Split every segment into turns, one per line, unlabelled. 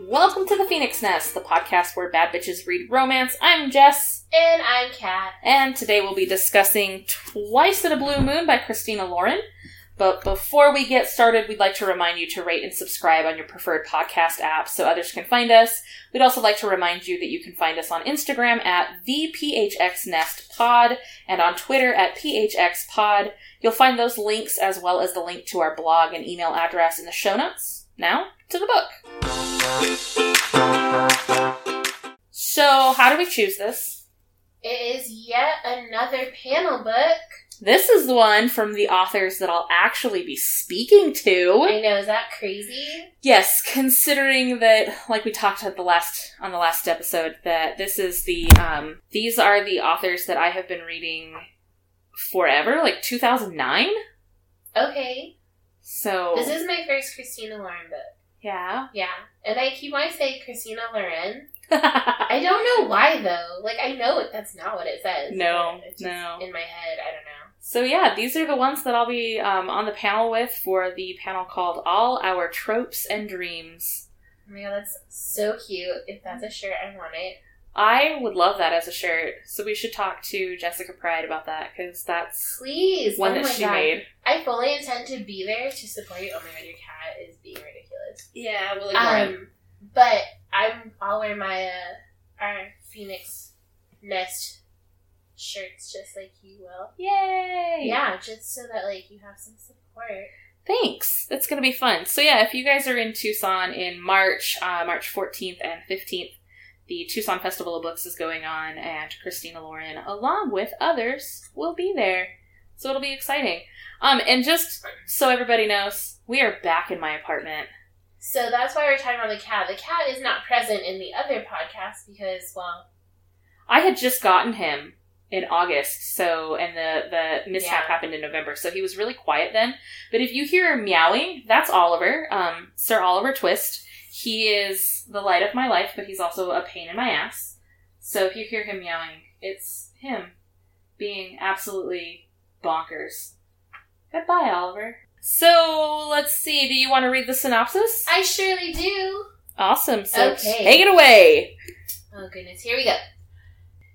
Welcome to the Phoenix Nest, the podcast where bad bitches read romance. I'm Jess,
And I'm Kat.
and today we'll be discussing Twice in a Blue Moon by Christina Lauren. But before we get started, we'd like to remind you to rate and subscribe on your preferred podcast app so others can find us. We'd also like to remind you that you can find us on Instagram at the PHX Nest Pod and on Twitter at PHX Pod. You'll find those links as well as the link to our blog and email address in the show notes. Now to the book. So, how do we choose this?
It is yet another panel book.
This is the one from the authors that I'll actually be speaking to.
I know, is that crazy?
Yes, considering that, like we talked at the last on the last episode, that this is the um, these are the authors that I have been reading forever, like 2009.
Okay.
So
This is my first Christina Lauren book.
yeah,
Yeah. And I keep on saying Christina Lauren.
Uh,
I don't know why though. Like I know it, that's not what it says.
No,
but it's just
no.
In my head, I don't know.
so yeah, these are the ones that I'll be um, on the panel with for the panel called "All Our Tropes and Dreams."
Oh my god, that's so cute. If that's a shirt, I want it.
I would love that as a shirt, so we should talk to Jessica Pride about that because that's
Please.
one
oh
that
my
she
god.
made.
I fully intend to be there to support you. Oh my god, your cat is being ridiculous.
Yeah, we'll
Um, but I'm. I'll wear my uh, our phoenix nest shirts just like you will.
Yay!
Yeah, just so that like you have some support.
Thanks. It's going to be fun. So, yeah, if you guys are in Tucson in March, uh, March 14th and 15th, the Tucson Festival of Books is going on, and Christina Lauren, along with others, will be there. So, it'll be exciting. Um, and just so everybody knows, we are back in my apartment.
So that's why we're talking about the cat. The cat is not present in the other podcast because well,
I had just gotten him in August, so and the the mishap
Yeah.
happened in November, so he was really quiet then. But if you hear meowing, that's Oliver, um, Sir Oliver Twist. He is the light of my life, but he's also a pain in my ass. So if you hear him meowing, it's him being absolutely bonkers. Goodbye, Oliver. So let's see. Do you want to read the synopsis?
I surely do.
awesome. So
Okay.
take it away.
Oh goodness, here we go.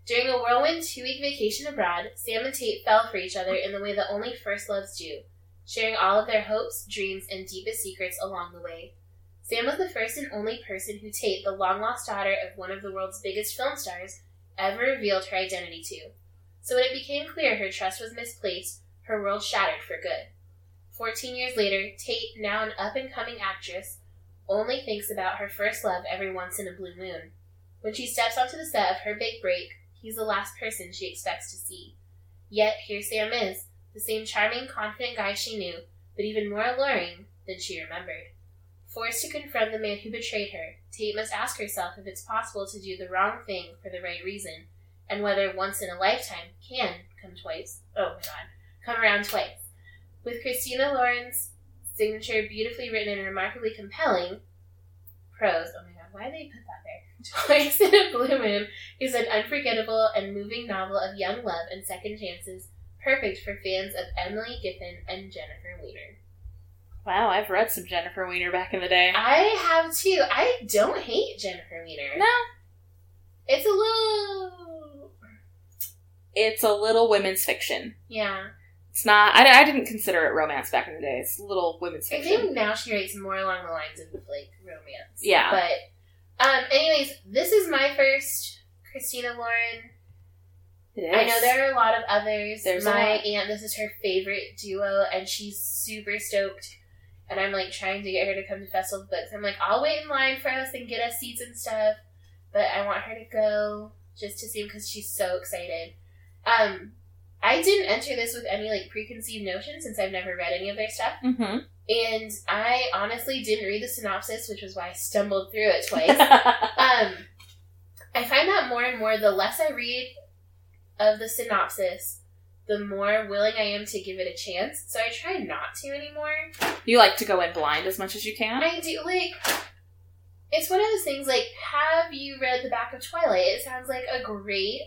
During a whirlwind two week vacation abroad, Sam and Tate fell for each other in the way that only first loves do, sharing all of their hopes, dreams, and deepest secrets along the way. Sam was the first and only person who Tate, the long lost daughter of one of the world's biggest film stars, ever revealed her identity to. So when it became clear her trust was misplaced, her world shattered for good. Fourteen years later, Tate, now an up and coming actress, only thinks about her first love every once in a blue moon. When she steps onto the set of her big break, he's the last person she expects to see. Yet here Sam is, the same charming, confident guy she knew, but even more alluring than she remembered. Forced to confront the man who betrayed her, Tate must ask herself if it's possible to do the wrong thing for the right reason, and whether once in a lifetime can come twice. Oh my god, come around twice. With Christina Lauren's signature beautifully written and remarkably compelling prose. Oh my god, why they put that there? Twice in a Blue Moon is an unforgettable and moving novel of young love and second chances, perfect for fans of Emily Giffin and Jennifer Weiner.
Wow, I've read some Jennifer Weiner back in the day.
I have too. I don't hate Jennifer Weiner.
No,
It's a little.
it's a little women's fiction.
Yeah.
It's not. I, I didn't consider it romance back in the day. It's little women's
I
fiction.
think now she writes more along the lines of like romance.
Yeah.
But, um, anyways, this is my first Christina Lauren.
It
I
is.
know there are a lot of others.
There's a
My
lot.
aunt, this is her favorite duo, and she's super stoked. And I'm like trying to get her to come to Festival of Books. I'm like, I'll wait in line for us and get us seats and stuff, but I want her to go just to see because she's so excited. Um, I didn't enter this with any like preconceived notion since I've never read any of their stuff,
Mhm.
and I honestly didn't read the synopsis, which was why I stumbled through it twice um, I find that more and more, the less I read of the synopsis, the more willing I am to give it a chance. So I try not to anymore.
you like to go in blind as much as you can.
I do like. It's one of those things like, have you read the back of Twilight? It sounds like a great,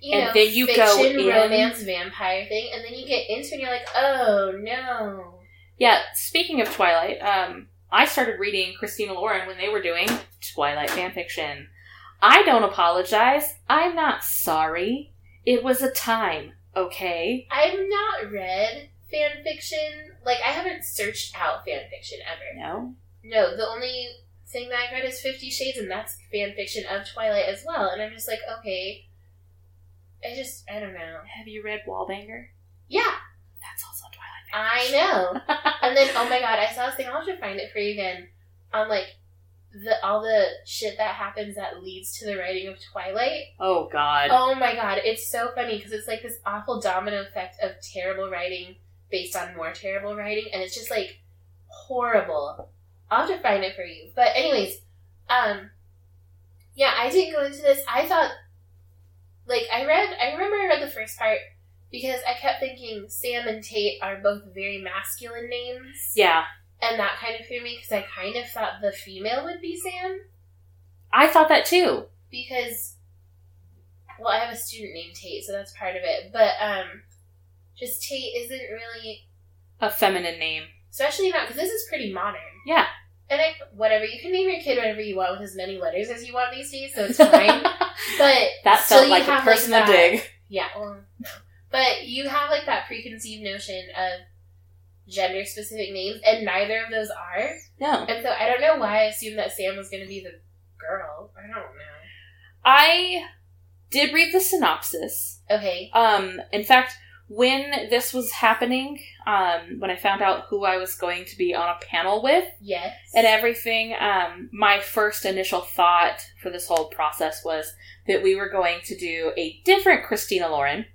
you
And
know,
then you go
fiction,
in-
romance, vampire thing, and then you get into it and you're like, oh no.
yeah. Speaking of Twilight, um, I started reading Christina Lauren when they were doing Twilight fanfiction. I don't apologize. I'm not sorry. It was a time, okay?
I've not read fan fiction. Like I haven't searched out fan fiction ever.
No?
No, the only thing that I read is Fifty Shades, and that's fan fiction of Twilight as well. And I'm just like, okay. I just I don't know.
Have you read Wallbanger?
Yeah,
That's also Twilight
I know. and then oh my god, I saw this thing. I'll have to find it for you again. On like the all the shit that happens that leads to the writing of Twilight.
Oh, God.
Oh my god, it's so funny because it's like this awful domino effect of terrible writing based on more terrible writing, and it's just like horrible. I'll have to find it for you. But anyways, um, yeah, I didn't go into this. I thought, like, I read. I remember I read the first part because I kept thinking Sam and Tate are both very masculine names.
Yeah.
And that kind of threw me because I kind of thought the female would be Sam
I thought that too.
because well i have a student named tate so that's part of it but um just tate isn't really
A feminine name.
especially not because this is pretty modern
Yeah.
and I, whatever you can name your kid whatever you want with as many letters as you want these days so it's fine but
that
still
felt
you
like a
have,
personal
that-
dig.
yeah well no. but you have like that preconceived notion of gender specific names and neither of those are
No.
and so i don't know why i assumed that sam was going to be the girl i don't know
I did read the synopsis.
okay
Um, in fact, when this was happening, um, when I found out who I was going to be on a panel with
yes
and everything, um, my first initial thought for this whole process was that we were going to do a different Christina Lauren.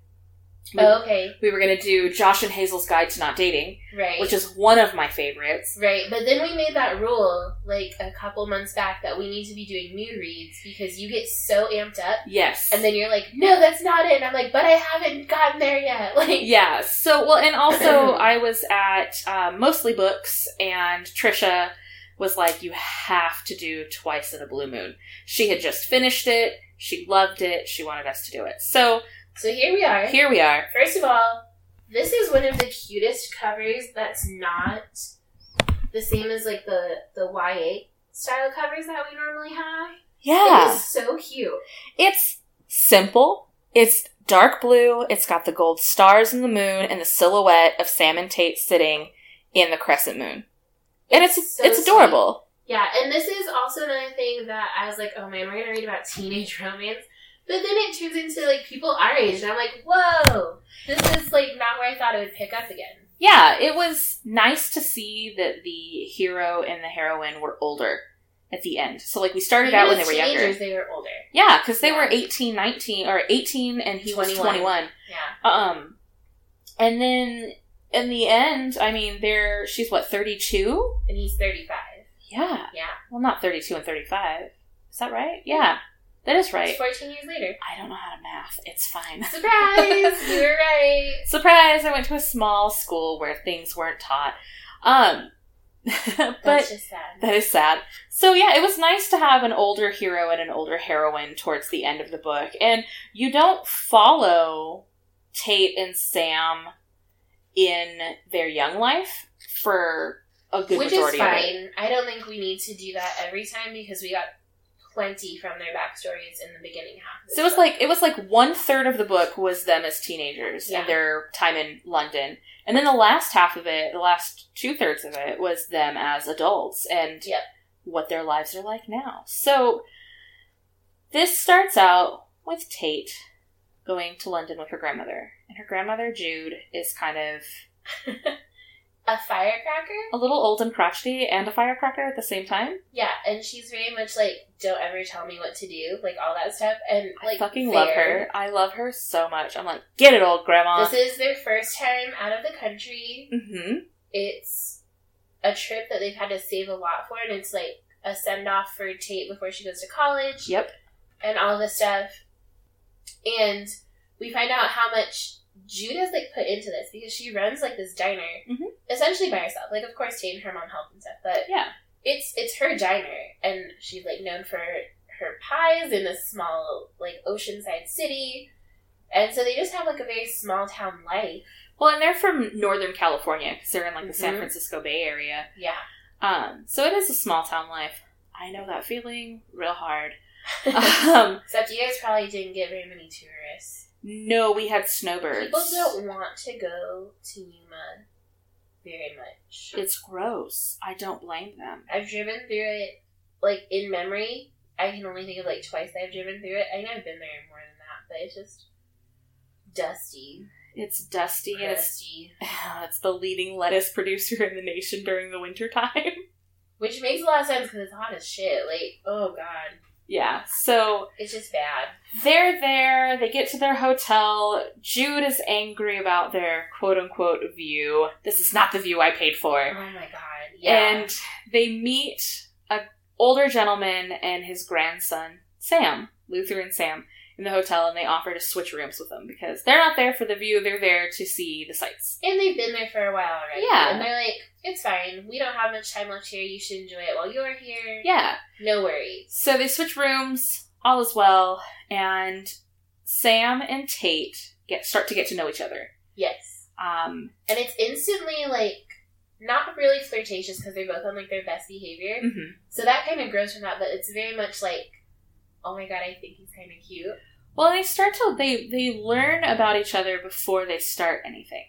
We,
okay
we were going to do Josh and Hazel's Guide to Not Dating,
right
which is one of my favorites.
Right, but then we made that rule like a couple months back that we need to be doing new reads because you get so amped up
Yes.
and then you're like, no, that's not it. And I'm like, but I haven't gotten there yet. Like,
yeah so well and also i was at um, mostly books and trisha was like you have to do twice in a blue moon she had just finished it she loved it she wanted us to do it so
so here we are.
here we are
First of all, this is one of the cutest covers that's not the same as like the, the YA style covers that we normally have. It is so cute.
it's simple it's dark blue it's got the gold stars and the moon and the silhouette of sam and tate sitting in the crescent moon and it's
It's so
it's adorable
Yeah, and this is also another thing that I was like, oh man, we're gonna read about teenage romance. But then it turns into like people our age, and I'm like, whoa, this is like not where I thought it would pick up again.
Yeah, it was nice to see that the hero and the heroine were older at the end. So, like, we started out when they
Even
were
as
younger.
teenagers, They were older.
Yeah, because they were
Yeah.
18, 19, or 18, and he was
21.
21.
Yeah,
Um, and then in the end, I mean, they're, she's what, 32?
and he's 35.
Yeah.
Yeah,
Well, not 32 and 35. Is that right? Yeah, that is right.
it's 14 years later.
I don't know how to math. It's fine.
Surprise! you were right.
Surprise! I went to a small school where things weren't taught. Um, but
That's just sad.
That is sad. So yeah, it was nice to have an older hero and an older heroine towards the end of the book. And you don't follow Tate and Sam in their young life for a good
Which is
majority of it.
fine. I don't think we need to do that every time because we got plenty from their backstories in the beginning half.
So
of
it
this
was
book.
like it was like one third of the book was them as teenagers
Yeah.
and their time in London. And then the last half of it, the last two thirds of it, was them as adults and
Yep.
what their lives are like now. So this starts out with Tate going to London with her grandmother. And her grandmother, Jude, is kind of
a firecracker.
a little old and crotchety and a firecracker at the same time.
Yeah, and she's very much like, don't ever tell me what to do, like all that stuff. And like,
I fucking
fair.
love her. I love her so much. I'm like, get it, old grandma.
This is their first time out of the country.
mm-hmm.
It's a trip that they've had to save a lot for, and it's like a send off for Tate before she goes to college
Yep.
and all this stuff. And we find out how much Jude has like put into this because she runs like this diner
Mhm.
essentially by herself. Like, of course, Tate and her mom help and stuff, but
Yeah.
it's it's her diner and she's like known for her pies in a small like oceanside city and so they just have like a very small town life
Well, and they're from Northern California because they're in like the San
Mhm.
Francisco Bay Area.
yeah
Um, so it is a small town life. I know that feeling real hard. um,
Except you guys probably didn't get very many tourists.
no, we had snowbirds.
People don't want to go to Yuma very much.
It's gross. I don't blame them.
I've driven through it, like in memory, I can only think of like twice I've driven through it. I know I've been there more than that, but it's just dusty,
It's dusty and it's
crusty,
it's the leading lettuce producer in the nation during the winter time.
which makes a lot of sense because it's hot as shit. Like, oh god,
yeah. So
it's just bad.
they're there, they get to their hotel. Jude is angry about their quote unquote view. This is not the view I paid
Oh
for.
my god, yeah.
And they meet a older gentleman and his grandson, Sam, Luther and Sam, in the hotel and they offer to switch rooms with them because they're not there for the view, they're there to see the sights.
And they've been there for a while already.
Yeah.
And they're like, it's fine. We don't have much time left here. You should enjoy it while you're here.
Yeah.
No worries.
So they switch rooms, all is well, and Sam and Tate get start to get to know each other.
Yes.
Um,
And it's instantly like not really flirtatious because they're both on like their best behavior.
mhm.
So that kind of grows from that, but it's very much like, oh my god, I think he's kind of cute.
Well, they start to they they learn about each other before they start anything.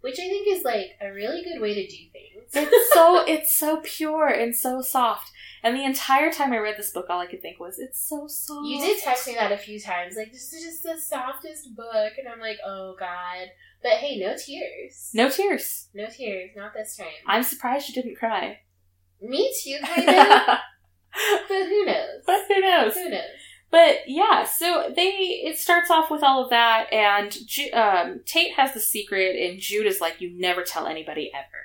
Which I think is like a really good way to do things.
It's so it's so pure and so soft. And the entire time I read this book, all I could think was, "It's so soft."
You did text me that a few times, like, this is just the softest book. And I'm like, oh god. But hey, no tears.
no tears.
No tears, not this time.
I'm surprised you didn't cry.
me too, kind of.
but
but who knows?
who knows?
Who knows?
But yeah, so they it starts off with all of that, and Ju- um, Tate has the secret, and Jude is like, "You never tell anybody ever."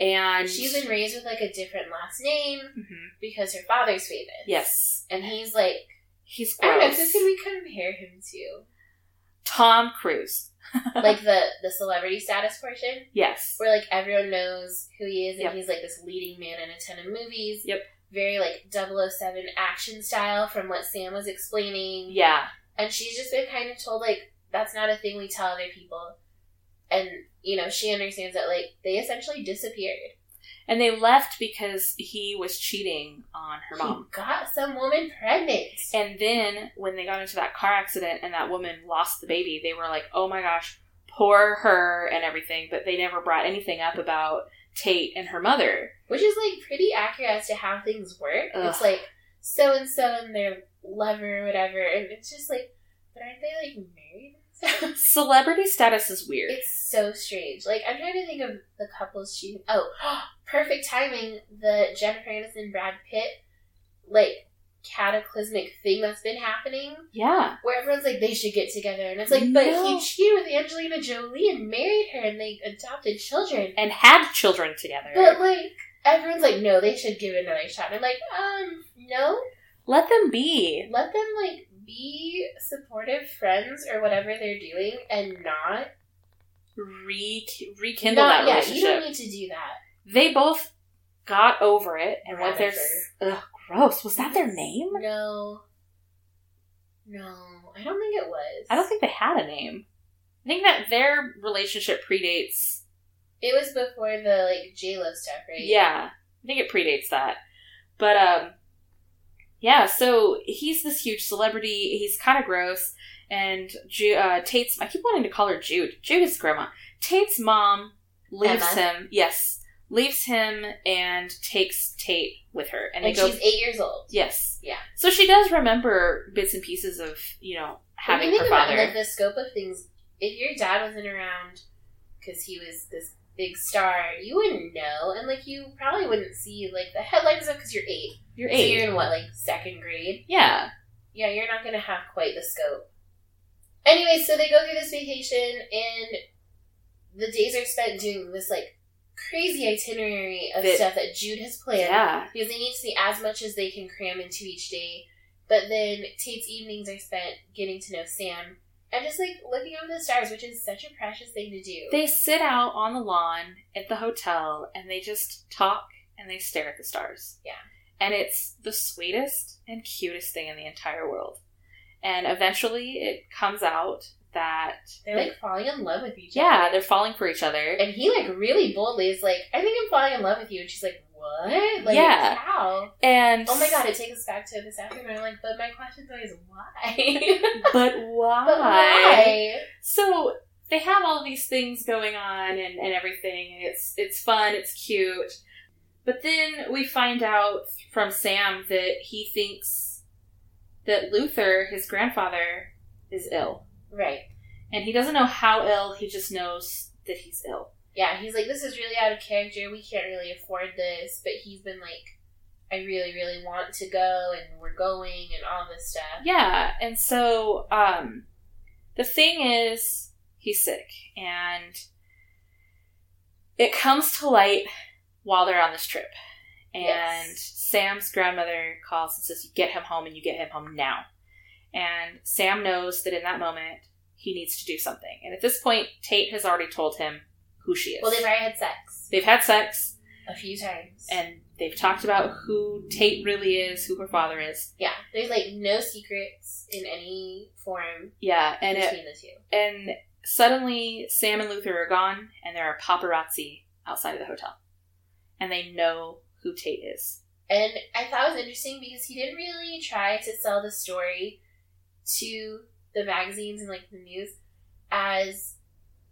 And
She's been raised with like a different last name
Mhm.
because her father's famous.
yes,
And he's like,
he's
I don't know,
gross.
who can we compare him to?
Tom Cruise,
like the the celebrity status portion,
yes,
where like everyone knows who he is, and
Yep.
he's like this leading man in a ton of movies.
Yep.
Very like 007 action style from what Sam was explaining.
yeah,
And she's just been kind of told like that's not a thing we tell other people. And you know she understands that like they essentially disappeared.
and they left because he was cheating on her mom.
He got some woman pregnant.
And then when they got into that car accident and that woman lost the baby, they were like, oh my gosh, poor her and everything. But they never brought anything up about Tate and her mother.
which is like pretty accurate as to how things work. It's
Ugh.
like so and so and their lover or whatever, and it's just like, but aren't they like married? and stuff?
Celebrity status is weird.
it's so strange. Like I'm trying to think of the couples she. Oh, perfect timing. The Jennifer Aniston Brad Pitt like cataclysmic thing that's been happening
yeah.
where everyone's like they should get together and it's like but
No.
he cheated with Angelina Jolie and married her and they adopted children
And had children together.
but like everyone's like, no, they should give it another shot. I'm like, um, no.
Let them be.
Let them like be supportive friends or whatever they're doing and not
Re- rekindle that
not- yeah,
relationship.
you don't need to do that.
they both got over it and went their.
Radifer.
Ugh, gross. Was that their name?
No. No. I don't think it was.
I don't think they had a name. I think that their relationship predates
it was before the like J Lo stuff, right?
Yeah, I think it predates that. But um, yeah. So he's this huge celebrity. He's kind of gross. And Ju- uh, Tate's. I keep wanting to call her Jude. Jude is grandma. Tate's mom leaves
Emma?
him. Yes, leaves him and takes Tate with her, and,
And,
they go.
she's eight years old.
Yes.
Yeah.
So she does remember bits and pieces of you know
When you
having
think
her
about,
father.
like the scope of things. If your dad wasn't around because he was this big star, you wouldn't know, and like you probably wouldn't see like the headlines of because you're eight.
You're
So
eight.
you're in what, like second grade?
yeah.
Yeah, you're not gonna have quite the scope. Anyway, so they go through this vacation and the days are spent doing this like crazy itinerary of
That-
stuff that Jude has planned.
Yeah.
Because they need to see as much as they can cram into each day. But then Tate's evenings are spent getting to know Sam and just like looking over the stars, which is such a precious thing to do.
They sit out on the lawn at the hotel and they just talk and they stare at the stars.
Yeah.
And it's the sweetest and cutest thing in the entire world. And eventually it comes out that
They're like falling in love with each
yeah,
other.
they're falling for each other.
And he like really boldly is like, I think I'm falling in love with you. And she's like, What? Like,
Yeah.
how?
And
Oh my god, it takes us back to this afternoon. I'm like, but my question's always why?
but why?
but why?
So they have all these things going on and, and everything, and it's it's fun, it's cute. But then we find out from Sam that he thinks that Luther, his grandfather, is ill.
Right.
And he doesn't know how ill, he just knows that he's ill.
Yeah, he's like, this is really out of character. We can't really afford this. But he's been like, I really, really want to go, and we're going, and all this stuff.
Yeah, and so um, the thing is, he's sick, and it comes to light while they're on this trip. And
Yes.
Sam's grandmother calls and says, "You get him home, and you get him home now." And Sam knows that in that moment he needs to do something. And at this point, Tate has already told him who she is.
Well, they've already had sex
they've had sex.
a few times.
and they've talked about who Tate really is, who her father is.
yeah, there's like no secrets in any form
Yeah, and it,
between the two.
and suddenly Sam and Luther are gone, and there are paparazzi outside of the hotel, and they know who Tate is.
And I thought it was interesting because he didn't really try to sell the story to the magazines and like the news as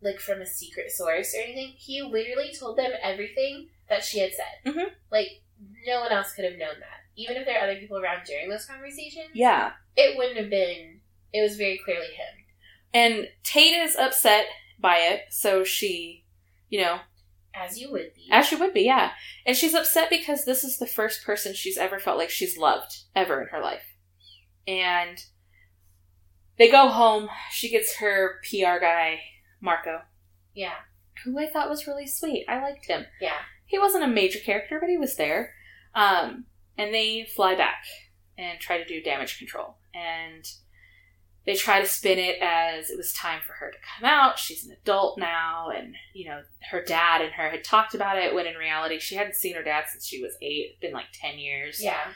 like from a secret source or anything. He literally told them everything that she had said.
Mhm.
Like no one else could have known that. Even if there are other people around during those conversations,
Yeah,
it wouldn't have been. It was very clearly him.
and Tate is upset by it, so she, you know,
As you would be.
as she would be, yeah, and she's upset because this is the first person she's ever felt like she's loved ever in her life, and. They go home. She gets her PR guy, Marco,
yeah,
who I thought was really sweet. I liked him.
yeah.
He wasn't a major character, but he was there. Um, and they fly back and try to do damage control. And they try to spin it as it was time for her to come out. She's an adult now. And, you know, her dad and her had talked about it when in reality she hadn't seen her dad since she was eight. It's been like 10 years.
Yeah.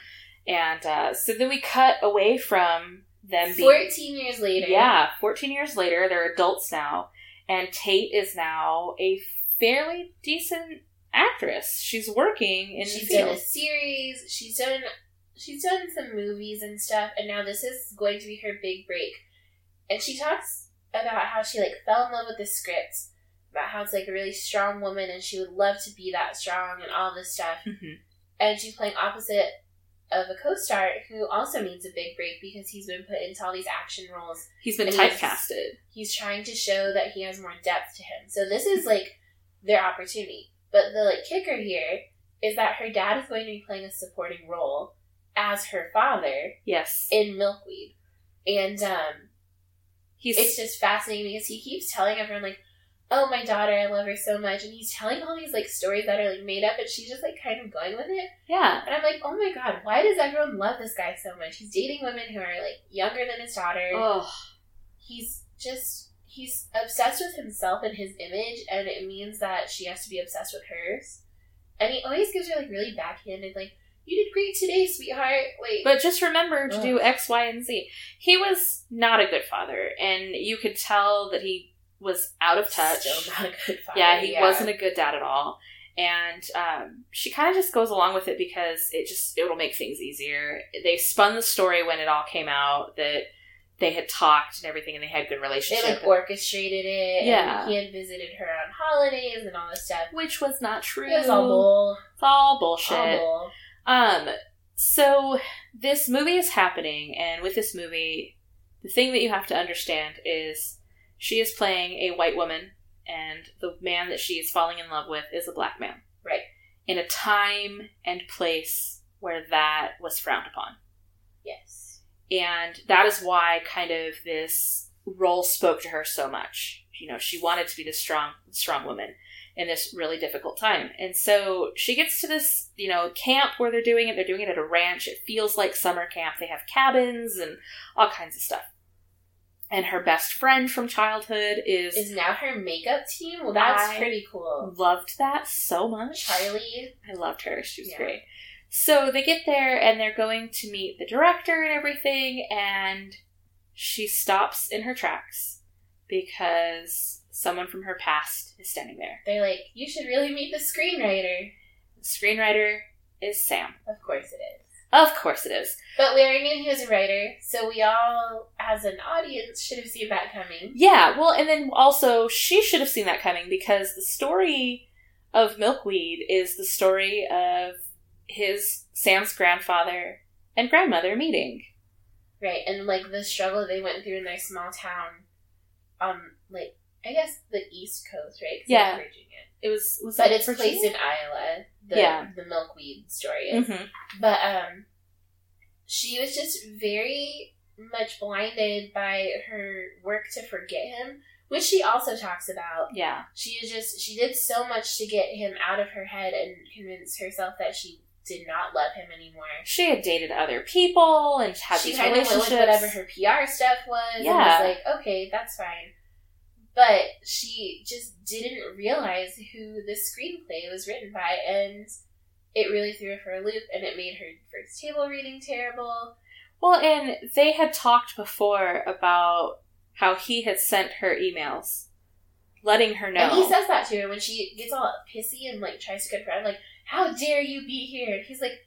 And uh, so then we cut away from them being.
14 years later.
Yeah, 14 years later, they're adults now, and Tate is now a fairly decent actress. She's working in
she's
the
done a
field.
series. She's done she's done some movies and stuff, and now this is going to be her big break. And she talks about how she like fell in love with the script, about how it's like a really strong woman, and she would love to be that strong and all this stuff.
Mhm.
And she's playing opposite of a co-star who also needs a big break because he's been put into all these action roles
He's been
Yes.
typecasted.
he's trying to show that he has more depth to him. So this is like their opportunity. But the like kicker here is that her dad is going to be playing a supporting role as her father
Yes.
in Milkweed. And um
He's
it's just fascinating because he keeps telling everyone like, "Oh, my daughter, I love her so much," and he's telling all these like stories that are like made up, and she's just like kind of going with it.
yeah.
And I'm like, "Oh my god, why does everyone love this guy so much? He's dating women who are like younger than his daughter
Oh,
he's just he's obsessed with himself and his image and it means that she has to be obsessed with hers and he always gives her like really backhanded like you did great today sweetheart like
but just remember to do
Ugh.
X, Y, and Z. He was not a good father, and you could tell that he was out of touch.
still not a good father
yeah, he wasn't a good dad at all. And um, she kind of just goes along with it because it just it'll make things easier. They spun the story when it all came out that they had talked and everything, and they had good
they
relationship,
like orchestrated it and
Yeah.
he had visited her on holidays and all this stuff
which was not true.
it was all bull
It's all
all
bullshit.
bull.
Um, so this movie is happening, and with this movie, the thing that you have to understand is she is playing a white woman, and the man that she is falling in love with is a black man.
Right.
In a time and place where that was frowned upon.
yes
And that is why kind of this role spoke to her so much. You know, she wanted to be the strong strong woman in this really difficult time. And so she gets to this, you know, camp where they're doing it. They're doing it at a ranch. It feels like summer camp. They have cabins and all kinds of stuff. And her best friend from childhood is,
is now her makeup team well that's
I-
pretty cool
loved that so much.
charlie
I loved her. She was
Yeah.
great. So they get there and they're going to meet the director and everything, and she stops in her tracks because someone from her past is standing there.
They're like, you should really meet the screenwriter.
The screenwriter is Sam.
Of course it is.
Of course it is.
But we already knew he was a writer, so we all, as an audience, should have seen that coming.
Yeah, well, and then also she should have seen that coming because the story of Milkweed is the story of his Sam's grandfather and grandmother meeting.
Right, and like the struggle they went through in their small town, um, like, I guess the East Coast, right? 'Cause
Yeah.
it's Virginia.
It was was
But
it
it's placed in Iowa, the,
Yeah.
the milkweed story. is.
Mm-hmm.
But um, she was just very much blinded by her work to forget him, which she also talks about.
Yeah,
She is just she did so much to get him out of her head and convince herself that she did not love him anymore.
she had dated other people and had
she
these
kind of went
relationships.
with whatever her PR stuff was.
Yeah.
and was like okay, that's fine. But she just didn't realize who the screenplay was written by, and it really threw her for a loop, and it made her first table reading terrible.
Well, and they had talked before about how he had sent her emails, letting her know.
And he says that to her when she gets all pissy and like tries to confront him, like, "How dare you be here?" And he's like,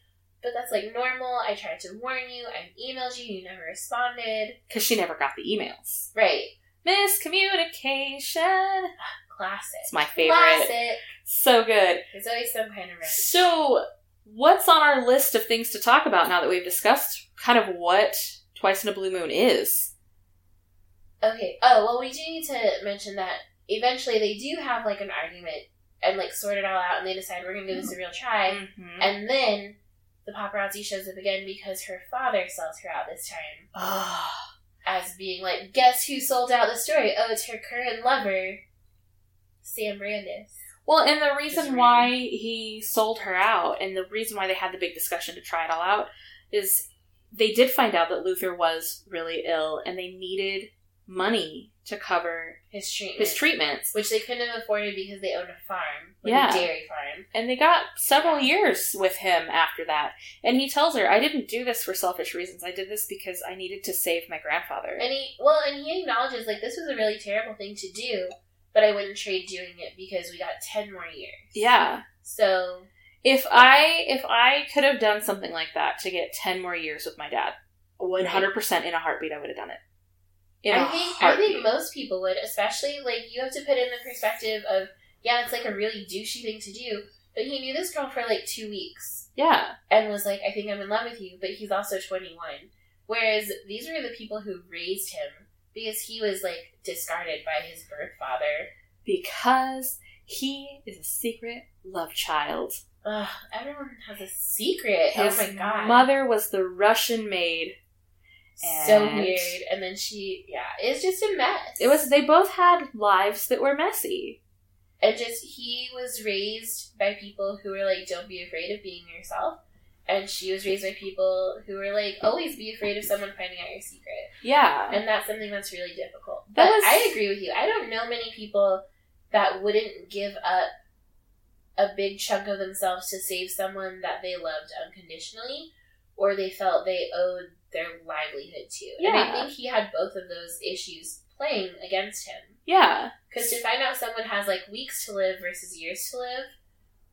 "But that's like normal. I tried to warn you. I emailed you. You never responded."
because she never got the emails.
Right?
Miscommunication.
Classic.
It's my favorite.
Classic.
So good.
There's always some kind of right.
So, what's on our list of things to talk about now that we've discussed kind of what Twice in a Blue Moon is?
Okay. Oh well, we do need to mention that eventually they do have like an argument and like sort it all out, and they decide we're gonna give this a real try.
Mm-hmm.
And then the paparazzi shows up again because her father sells her out this time. as being like, guess who sold out the story? Oh, it's her current lover, Sam Brandis.
Well, and the
Just
reason
random.
why he sold her out and the reason why they had the big discussion to try it all out is they did find out that Luther was really ill and they needed money to cover
His treatment.
his treatments.
Which they couldn't have afforded because they owned a farm. Like
Yeah.
a dairy farm.
And they got several years with him after that. And he tells her, I didn't do this for selfish reasons. I did this because I needed to save my grandfather.
And he, well, and he acknowledges, like, this was a really terrible thing to do, but I wouldn't trade doing it because we got 10 more years.
yeah.
So,
If I if I could have done something like that to get ten more years with my dad, one hundred percent in a heartbeat I would have done it. In a
I think, I
heartbeat.
think most people would, especially, like, you have to put in the perspective of, yeah, it's like a really douchey thing to do, but he knew this girl for, like, two weeks.
yeah.
and was like, I think I'm in love with you, but he's also 21. Whereas these were the people who raised him because he was like discarded by his birth father.
Because he is a secret love child.
Ugh, everyone has a secret.
His
oh my god.
mother was the Russian maid.
so
and-
weird. And then she, yeah, it's just a mess.
It was they both had lives that were messy.
and just he was raised by people who were like, don't be afraid of being yourself. And she was raised by people who were like, always be afraid of someone finding out your secret.
Yeah.
and that's something that's really difficult.
That
But
was-
I agree with you. I don't know many people that wouldn't give up a big chunk of themselves to save someone that they loved unconditionally or they felt they owed their livelihood to. And I
Yeah.
think he had both of those issues playing against him.
yeah.
Because to find out someone has like weeks to live versus years to live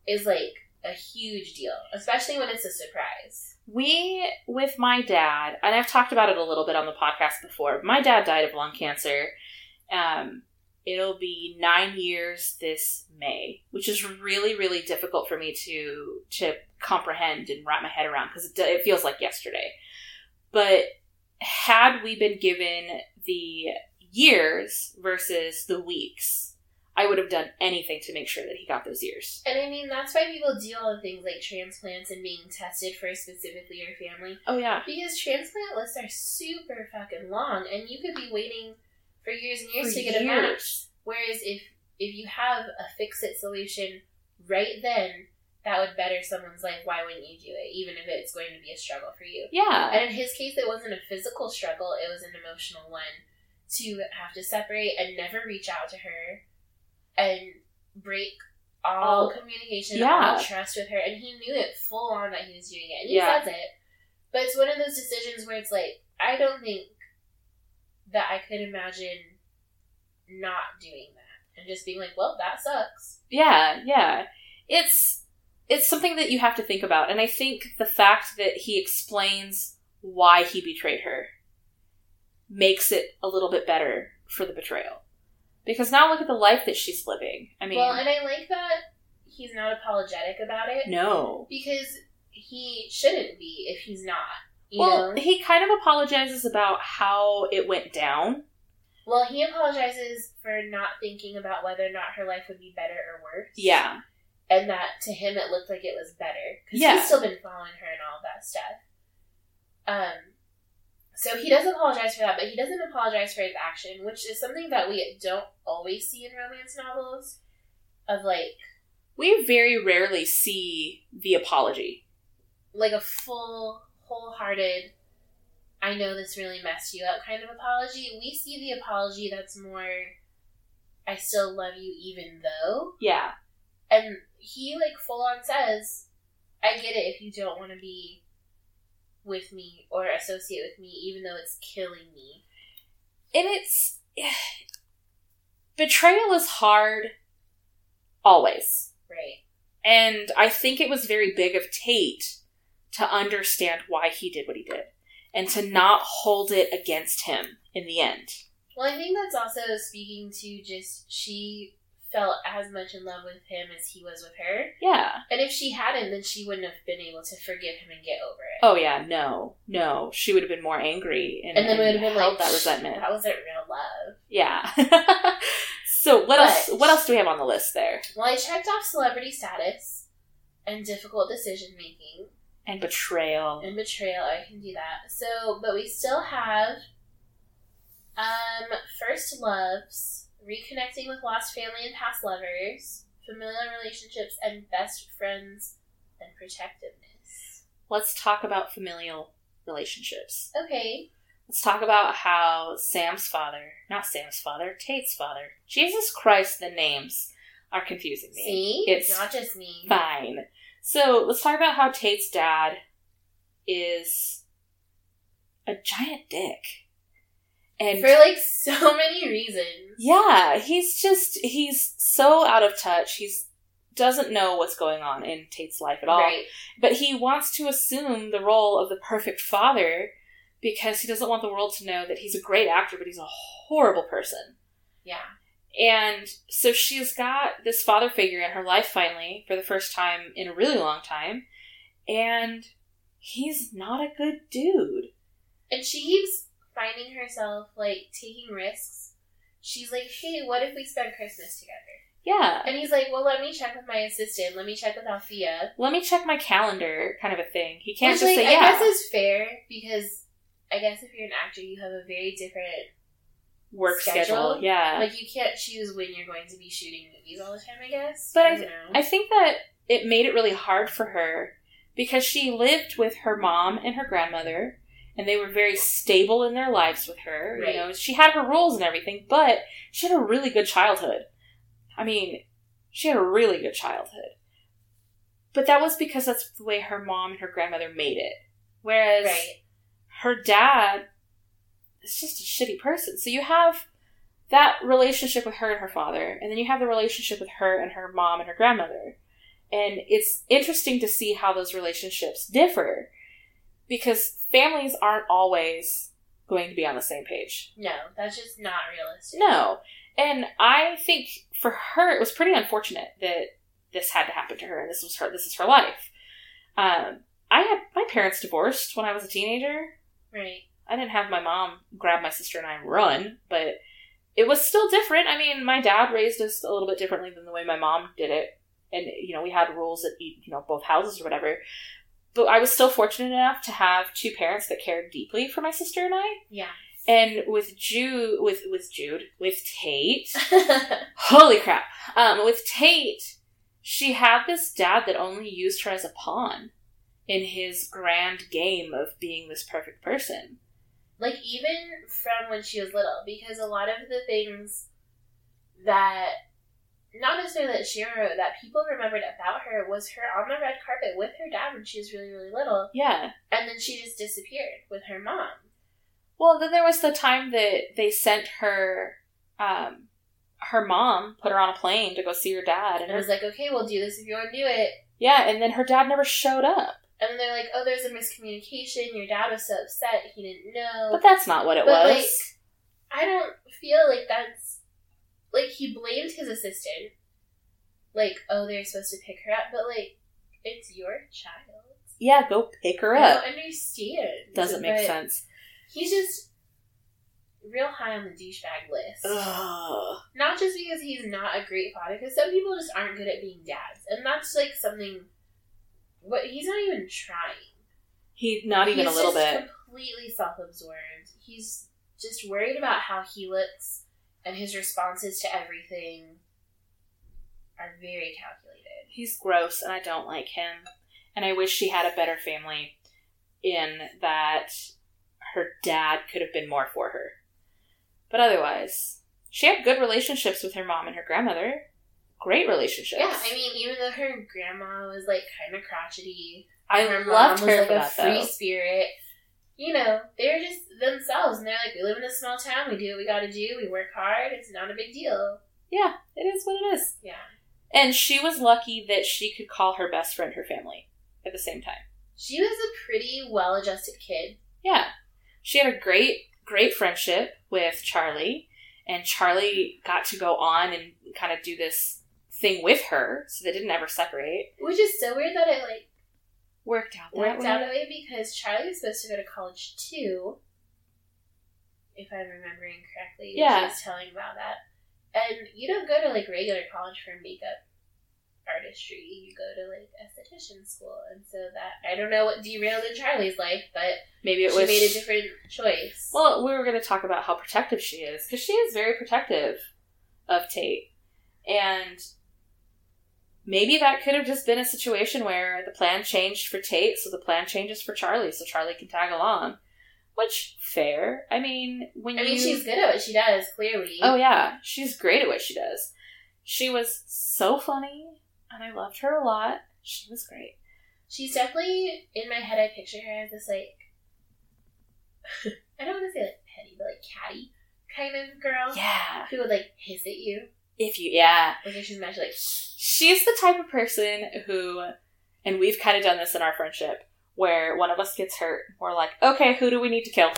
is like a huge deal, especially when it's a surprise.
We, with my dad, and I've talked about it a little bit on the podcast before, my dad died of lung cancer. Um, it'll be nine years this May, which is really, really difficult for me to to comprehend and wrap my head around because it, do- it feels like yesterday. But had we been given the years versus the weeks, I would have done anything to make sure that he got those years.
And I mean, that's why people do all the things like transplants and being tested for specifically your family.
Oh yeah,
Because transplant lists are super fucking long, and you could be waiting for years and years
For
to get a
years.
match. Whereas if if you have a fix it solution right then, that would better someone's life. Why wouldn't you do it, even if it's going to be a struggle for you?
yeah,
And in his case, it wasn't a physical struggle; it was an emotional one to have to separate and never reach out to her and break all
All-
communication,
yeah.
all trust with her. And he knew it full on that he was doing it, and he
Yeah.
says it. But it's one of those decisions where it's like, I don't think that I could imagine not doing that and just being like, well, that sucks.
Yeah, yeah. It's it's something that you have to think about. And I think the fact that he explains why he betrayed her makes it a little bit better for the betrayal. Because now look at the life that she's living. I mean,
well, and I like that he's not apologetic about it
no.
because he shouldn't be if he's not. You
Well,
know?
he kind of apologizes about how it went down.
Well, he apologizes for not thinking about whether or not her life would be better or worse.
Yeah.
And that to him it looked like it was better. Because
Yeah.
he's still been following her and all that stuff. Um, so he does apologize for that, but he doesn't apologize for his action, which is something that we don't always see in romance novels. Of like,
We very rarely see the apology.
like a full, wholehearted, I know this really messed you up kind of apology. We see the apology that's more, I still love you even though.
Yeah.
And he like full on says, I get it if you don't want to be with me or associate with me, even though it's killing me.
And it's. Betrayal is hard always.
Right.
And I think it was very big of Tate to understand why he did what he did and to not hold it against him in the end.
Well, I think that's also speaking to just she felt as much in love with him as he was with her.
Yeah.
And if she hadn't, then she wouldn't have been able to forgive him and get over it.
Oh, yeah, no, no. She would have been more angry and,
and then it would have been
held
like
that resentment.
That wasn't real love.
Yeah. so what else?
But-
What else do we have on the list there?
Well, I checked off celebrity status and difficult decision making.
And betrayal.
and betrayal. I can do that. So, but we still have um first loves, reconnecting with lost family and past lovers, familial relationships, and best friends and protectiveness.
Let's talk about familial relationships.
Okay.
Let's talk about how Sam's father, not Sam's father, Tate's father. Jesus Christ, the names are confusing me.
See,
It's
not just me.
Fine. So let's talk about how Tate's dad is a giant dick. And
For like so many reasons.
Yeah, he's just he's so out of touch. He's doesn't know what's going on in Tate's life at all.
Right.
But he wants to assume the role of the perfect father because he doesn't want the world to know that he's a great actor but he's a horrible person.
Yeah.
And so she's got this father figure in her life finally for the first time in a really long time and he's not a good dude.
And she keeps finding herself like taking risks. She's like, hey, what if we spend Christmas together?
Yeah.
And he's like, well, let me check with my assistant. Let me check with Althea.
Let me check my calendar kind of a thing. He can't
Which,
just
like,
say
I
yeah.
guess is fair because I guess if you're an actor, you have a very different
work schedule.
schedule.
Yeah.
like you can't choose when you're going to be shooting movies all the time. I guess,
But
don't know.
I think that it made it really hard for her because she lived with her mom and her grandmother and they were very stable in their lives with her.
Right.
You know, she had her rules and everything, but she had a really good childhood. I mean, she had a really good childhood. But that was because that's the way her mom and her grandmother made it. Whereas
right,
her dad is just a shitty person. So you have that relationship with her and her father, and then you have the relationship with her and her mom and her grandmother. And it's interesting to see how those relationships differ because families aren't always going to be on the same page.
no, that's just not realistic.
No. And I think for her, it was pretty unfortunate that this had to happen to her, and this was her. This is her life. Um, I had my parents divorced when I was a teenager,
right,
I didn't have my mom grab my sister and I and run, but it was still different. I mean, my dad raised us a little bit differently than the way my mom did it, and you know we had rules at each, you know both houses or whatever. But I was still fortunate enough to have two parents that cared deeply for my sister and I.
yeah,
And with Jude, with with Jude, with Tate, holy crap, um, with Tate, she had this dad that only used her as a pawn in his grand game of being this perfect person.
like even from when she was little, because a lot of the things that. Not necessarily that she wrote, that people remembered about her was her on the red carpet with her dad when she was really, really little,
Yeah.
and then she just disappeared with her mom.
Well, then there was the time that they sent her um, her mom put her on a plane to go see her dad, and
And I was
her,
like, okay, we'll do this if you want to do it.
yeah, and then her dad never showed up.
And then they're like, oh, there's a miscommunication. Your dad was so upset. He didn't know.
But that's not what it
But,
was.
like, I don't feel like that's like he blamed his assistant. Like, oh, they're supposed to pick her up, but like, it's your child.
yeah, go pick her
I
up.
don't understand.
Doesn't make
But
sense.
He's just real high on the douchebag list.
Ugh.
Not just because he's not a great father, because some people just aren't good at being dads, and that's like something. What he's not even trying.
He not even
He's
a little
just
bit.
Completely self-absorbed. He's just worried about how he looks, and his responses to everything are very calculated.
He's gross, and I don't like him. And I wish she had a better family, in that her dad could have been more for her. But otherwise, she had good relationships with her mom and her grandmother. Great relationships.
Yeah, I mean, even though her grandma was like kind of crotchety,
I
her
loved her for
a
that,
free
though.
spirit. You know, they're just themselves, and they're like, we live in a small town. We do what we got to do. We work hard. It's not a big deal.
Yeah, it is what it is.
Yeah,
And she was lucky that she could call her best friend her family at the same time.
she was a pretty well-adjusted kid.
Yeah. She had a great, great friendship with Charlie, and Charlie got to go on and kind of do this thing with her, so they didn't ever separate.
Which is so weird that it like
Worked out that
worked
way.
out that way because Charlie was supposed to go to college too, if I'm remembering correctly.
Yeah.
She was telling about that. And you don't go to like regular college for makeup artistry, you go to like esthetician school. And so that, I don't know what derailed in Charlie's life, but
Maybe it
she
was.
made a different choice.
well, we were going to talk about how protective she is, because she is very protective of Tate. And maybe that could have just been a situation where the plan changed for Tate, so the plan changes for Charlie, so Charlie can tag along. Which, fair. I mean, when
I
you.
mean, she's good at what she does, clearly.
Oh yeah, she's great at what she does. She was so funny, and I loved her a lot. She was great.
She's definitely, in my head, I picture her as this like, I don't want to say like petty, but like catty kind of girl.
Yeah.
who would like hiss at you.
If you yeah,
Like if she's mad, she's like,
she's the type of person who, and we've kind of done this in our friendship, where one of us gets hurt, we're like, okay, who do we need to kill?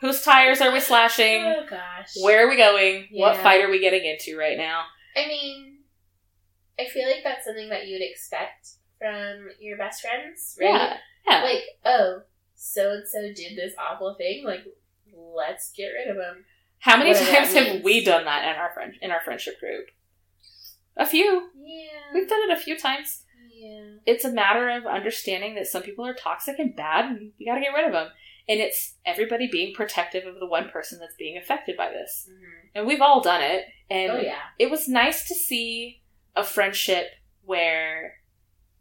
Whose tires are we slashing?
oh gosh.
Where are we going? What
Yeah.
fight are we getting into right now?
I mean, I feel like that's something that you would expect from your best friends, right?
Yeah, yeah.
Like, oh, so and so did this awful thing. Like, let's get rid of him.
How many
what that
times have
means.
we done that in our friend in our friendship group? A few.
Yeah.
We've done it a few times.
Yeah.
it's a matter of understanding that some people are toxic and bad and we got to get rid of them and it's everybody being protective of the one person that's being affected by this
Mhm.
and we've all done it and
Oh yeah.
it was nice to see a friendship where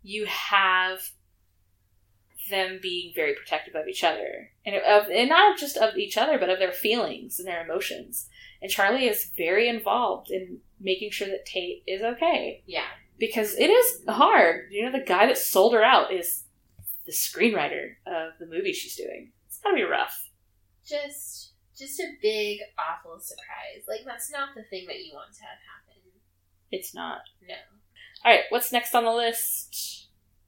you have them being very protective of each other and of and not just of each other but of their feelings and their emotions and charlie is very involved in making sure that tate is okay
Yeah.
because it is hard. You know, the guy that sold her out is the screenwriter of the movie she's doing. It's gotta be rough.
Just, just a big awful surprise. Like that's not the thing that you want to have happen.
It's not.
No.
All right, what's next on the list?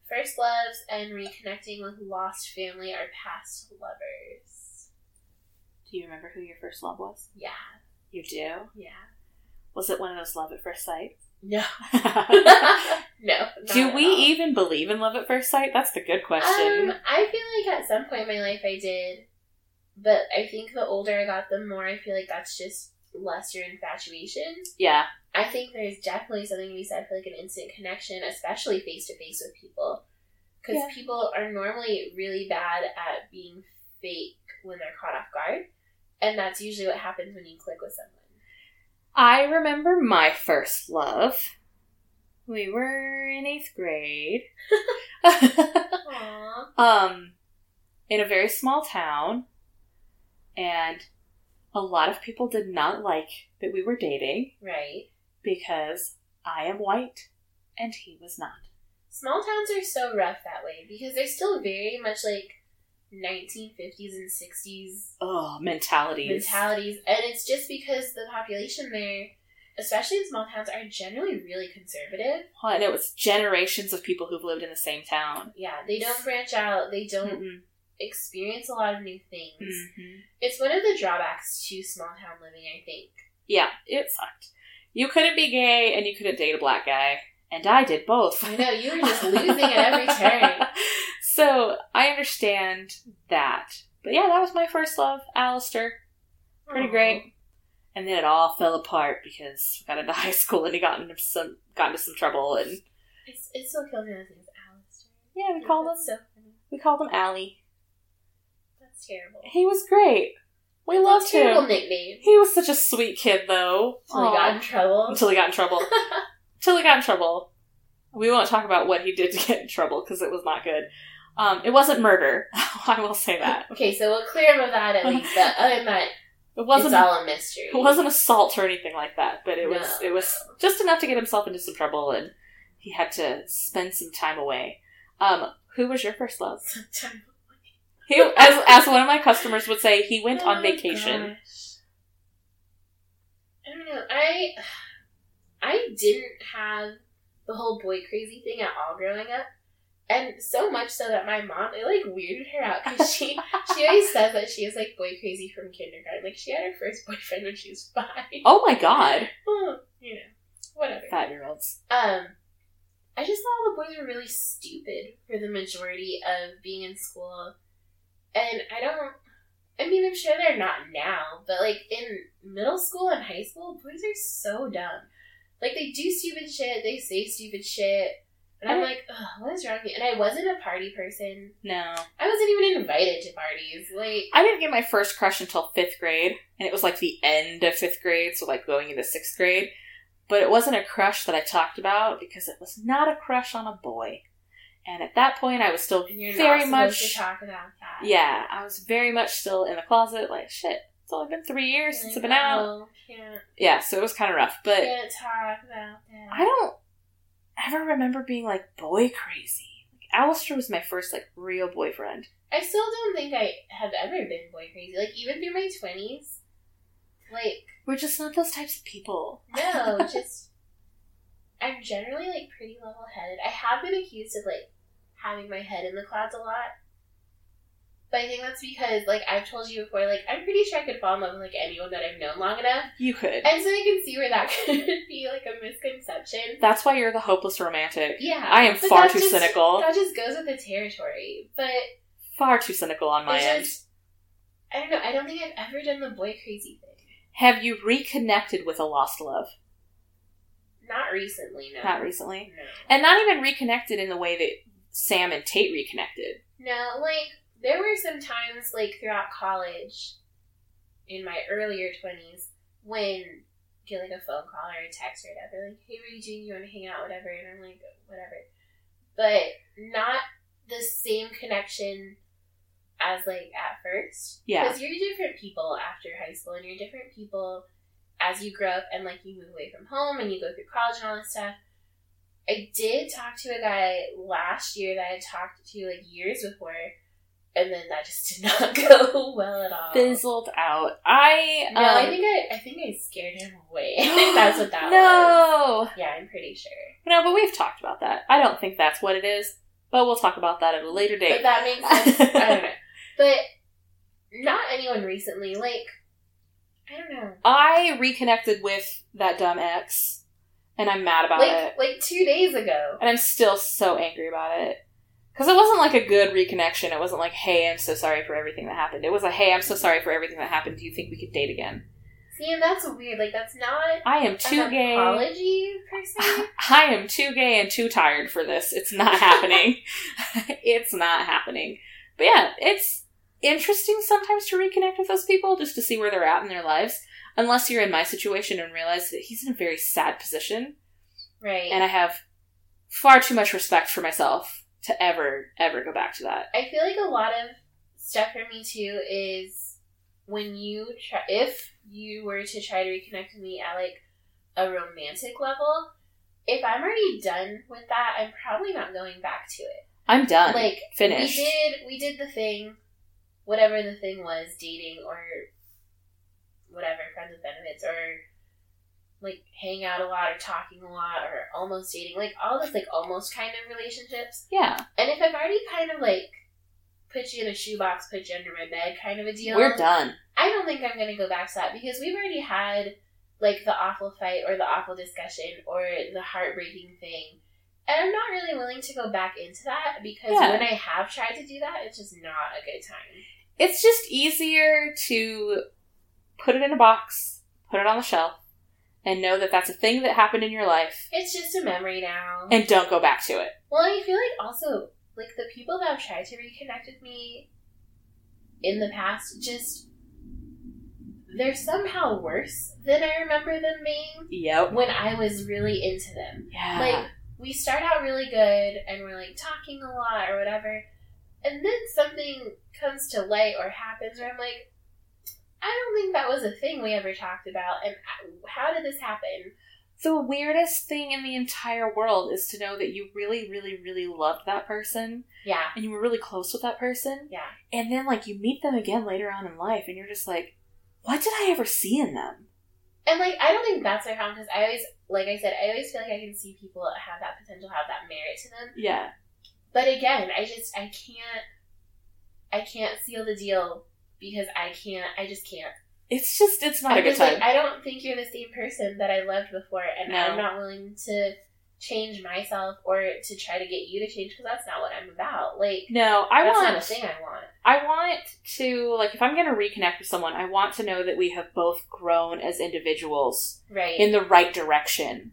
First loves and reconnecting with lost family or past lovers.
Do you remember who your first love was?
Yeah,
You do.
yeah.
Was it one of those love at first sight?
No. no.
do we even believe in love at first sight? That's the good question.
Um, I feel like at some point in my life I did, but I think the older I got, the more I feel like that's just lesser infatuation.
yeah,
I think there's definitely something to be said for like an instant connection, especially face to face with people, because
Yeah.
people are normally really bad at being fake when they're caught off guard, and that's usually what happens when you click with someone.
I remember my first love. We were in eighth grade.
Aww.
um, in a very small town, and a lot of people did not like that we were dating
Right.
because I am white and he was not.
Small towns are so rough that way because they're still very much like 1950s and 60s
Oh, mentalities.
mentalities, and it's just because the population there especially in small towns, are generally really conservative.
Well, I know it's generations of people who've lived in the same town.
Yeah, they don't branch out, they don't
Mhm.
Mm-hmm. experience a lot of new things.
Mhm.
It's one of the drawbacks to small town living, I think.
Yeah, it sucked. You couldn't be gay and you couldn't date a black guy, and I did both.
I know, you were just losing at every turn.
so I understand that. But yeah, that was my first love, Alistair. Pretty
Aw.
great. And then it all fell apart because we got into high school and he got into some got into some trouble and
It's, it still kills me that his name's Alistair.
yeah, we called him
That's so funny.
we called him Allie.
That's terrible.
He was great. We loved
terrible
him.
nickname.
He was such a sweet kid though.
Until he got in
Aw.
trouble.
Until he got in trouble. Until he got in trouble. We won't talk about what he did to get in trouble because it was not good. Um, it wasn't murder. I will say that.
Okay, so we'll clear him of that at least. But other than that,
It
it's
wasn't
all a mystery.
it wasn't assault or anything like that, but it was
No.
it was just enough to get himself into some trouble, and he had to spend some time away. Um, who was your first love? He, as as one of my customers would say, he went
Oh,
on vacation.
gosh. I don't know. I I didn't have the whole boy crazy thing at all growing up, and so much so that my mom it like weirded her out because she she always says that she is like boy crazy from kindergarten. Like she had her first boyfriend when she was five.
Oh my god,
Oh, you know, whatever.
five year olds.
Um, I just thought all the boys were really stupid for the majority of being in school, and I don't. I mean, I'm sure they're not now, but like in middle school and high school, boys are so dumb. Like they do stupid shit, they say stupid shit, and I'm
I-
like, Ugh, what is wrong with you? And I wasn't a party person.
No,
I wasn't even invited to parties. Like,
I didn't get my first crush until fifth grade, and it was like the end of fifth grade, so like going into sixth grade. But it wasn't a crush that I talked about because it was not a crush on a boy. And at that point, I was still
and you're
Very
not supposed
much-
to talk about that.
Yeah, I was very much still in the closet, like, shit, it's only been three years since I've been out.
No, "Oh, Can't,
Yeah, so it was kind of rough, but
can't talk about that.
I don't ever remember being like boy crazy. Like, Alistair was my first, like, real boyfriend.
I still don't think I have ever been boy crazy. Like even through my twenties, like
We're just not those types of people.
no, just I'm generally like pretty level headed. I have been accused of like having my head in the clouds a lot, but I think that's because like I've told you before, like I'm pretty sure I could fall in love with like anyone that I've known long enough,
You could.
and so I can see where that could be like a misconception.
That's why you're the hopeless romantic.
Yeah,
I am
but
far
that
too
just-
cynical.
That just goes with the territory, but.
Far too cynical on my
I
end.
just, I don't know. I don't think I've ever done the boy crazy thing.
Have you reconnected with a lost love?
Not recently, no.
Not recently.
No.
And not even reconnected in the way that Sam and Tate reconnected.
No, like there were some times like throughout college, in my earlier twenties, when I get like a phone call or a text or whatever, like, "Hey, what are you doing? You want to hang out? Whatever." And I'm like, "Whatever," but not the same connection as like at first.
Yeah.
because you're different people after high school, and you're different people as you grow up and like you move away from home and you go through college and all that stuff. I did talk to a guy last year that I had talked to like years before, and then that just did not go well at all.
Fizzled out. I
no, I
um,
think I, I think I scared him away. I think that's what that was.
no.
Yeah, I'm pretty sure.
No, but we've talked about that. I don't think that's what it is, but we'll talk about that at a later
But
date.
that makes sense. I don't know. But not anyone recently. Like, I don't know.
I reconnected with that dumb ex, and I'm mad about
Like,
it.
like two days ago.
And I'm still so angry about it. Because it wasn't like a good reconnection. It wasn't like, hey, I'm so sorry for everything that happened. It was like, hey, I'm so sorry for everything that happened. Do you think we could date again?
See, and that's weird. Like, that's not
I am too
an
gay.
apology per se.
I am too gay and too tired for this. It's not happening. it's not happening. But yeah, it's interesting sometimes to reconnect with those people just to see where they're at in their lives. Unless you're in my situation and realize that he's in a very sad position,
right.
and I have far too much respect for myself to ever, ever go back to that.
I feel like a lot of stuff for me too is when you try, if you were to try to reconnect with me at like a romantic level, if I'm already done with that, I'm probably not going back to it.
I'm done.
Like
Finished.
we did, we did the thing, whatever the thing was, dating or whatever friends with benefits or like hang out a lot or talking a lot or almost dating, like all this like almost kind of relationships.
Yeah,
And if I've already kind of like put you in a shoebox, put you under my bed kind of a deal,
we're done.
I don't think I'm gonna go back to that because we've already had like the awful fight or the awful discussion or the heartbreaking thing. And I'm not really willing to go back into that because
Yeah.
when I have tried to do that, it's just not a good time.
It's just easier to put it in a box, put it on the shelf, and know that that's a thing that happened in your life,
It's just a memory now.
and don't go back to it.
Well, I feel like also like the people that have tried to reconnect with me in the past just they're somehow worse than I remember them being
Yep.
when I was really into them.
Yeah.
Like we start out really good and we're like talking a lot or whatever, and then something comes to light or happens where I'm like, I don't think that was a thing we ever talked about, and I- how did this happen?
the weirdest thing in the entire world is to know that you really, really, really loved that person
Yeah,
and you were really close with that person.
yeah.
And then, like, you meet them again later on in life and you're just like, what did I ever see in them?
And like, I don't think that's their problem because I always, like I said, I always feel like I can see people that have that potential, have that merit to them.
Yeah.
But again, I just, I can't, I can't seal the deal because I can't, I just can't.
It's just, it's not a
I'm
good
just
time.
like, I don't think you're the same person that I loved before, and
No.
I'm not willing to change myself or to try to get you to change because that's not what I'm about. Like,
no, I
that's
want.
not a thing I want.
I want to like if I'm going to reconnect with someone, I want to know that we have both grown as individuals
Right.
in the right direction.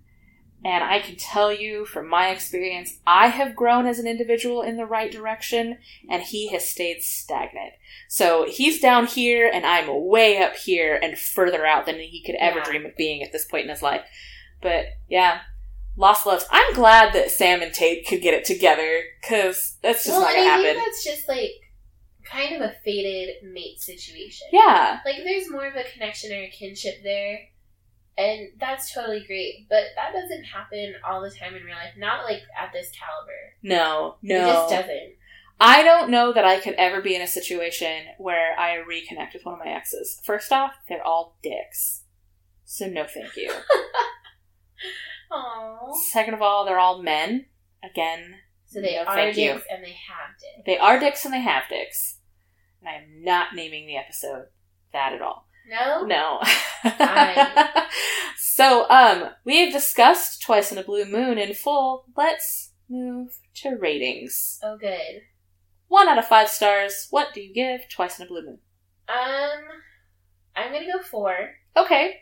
And I can tell you from my experience, I have grown as an individual in the right direction and he has stayed stagnant. So he's down here and I'm way up here and further out than he could ever
Yeah.
dream of being at this point in his life. But yeah, lost loves. I'm glad that Sam and Tate could get it together because that's just
well,
not going
and
to
I think
happen.
that's just like kind of a faded mate situation.
Yeah.
like there's more of a connection or a kinship there and that's totally great but that doesn't happen all the time in real life not like at this caliber
No,
it
no.
just doesn't
I don't know that I could ever be in a situation where I reconnect with one of my exes. First off, they're all dicks. So no thank you.
Aww.
Second of all, they're all men. Again,
so they
No,
are
thank you.
dicks and they have dicks
they are dicks and they have dicks. And I am not naming the episode that at all.
no
No.
Oh. Fine.
so, um, we have discussed twice in a blue moon in full. Let's move to ratings.
oh good
One out of five stars. What do you give twice in a blue moon?
um i'm gonna go four
Okay,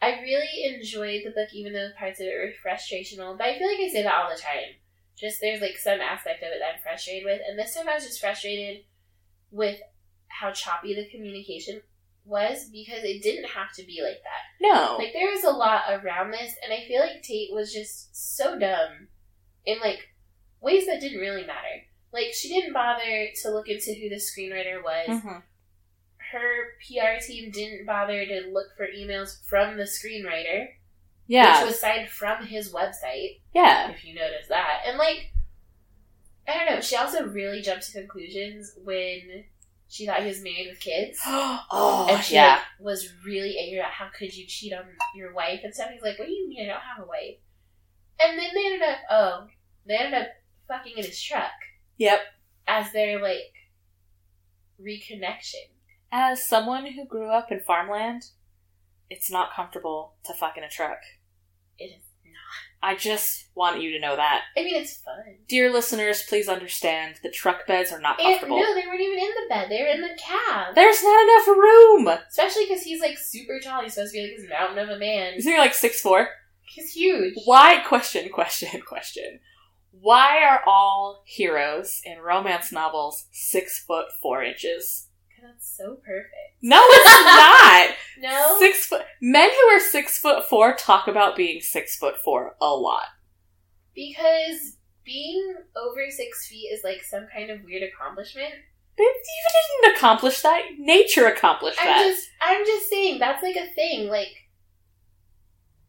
i really enjoyed the book even though parts of it were frustrational but i feel like i say that all the time just there's like some aspect of it that i'm frustrated with and this time i was just frustrated with how choppy the communication was because it didn't have to be like that.
No.
Like there was a lot around this and I feel like Tate was just so dumb in like ways that didn't really matter. Like she didn't bother to look into who the screenwriter was.
Mhm.
Her PR team didn't bother to look for emails from the screenwriter,
Yeah.
which was signed from his website
yeah.
if you notice that. And like, I don't know. She also really jumped to conclusions when she thought he was married with kids,
oh,
and she
yeah.
like, was really angry at how could you cheat on your wife and stuff. He's like, "What do you mean I don't have a wife?" And then they ended up oh, they ended up fucking in his truck
yep.
as their like reconnection.
As someone who grew up in farmland, it's not comfortable to fuck in a truck.
It is not.
I just want you to know that.
I mean, it's fun.
Dear listeners, please understand that truck beds are not
And,
comfortable.
no, they weren't even in the bed. They were in the cab.
There's not enough room.
Especially because he's like super tall. He's supposed to be like this mountain of a man.
Isn't he like six four?
He's huge.
Why? Question, question, question. Why are all heroes in romance novels six foot four inches?
That's so perfect.
No, it's not.
No,
Six foot men who are six foot four talk about being six foot four a lot.
because being over six feet is like some kind of weird accomplishment.
But you didn't accomplish that. Nature accomplished that.
I'm just, I'm just saying that's like a thing. Like,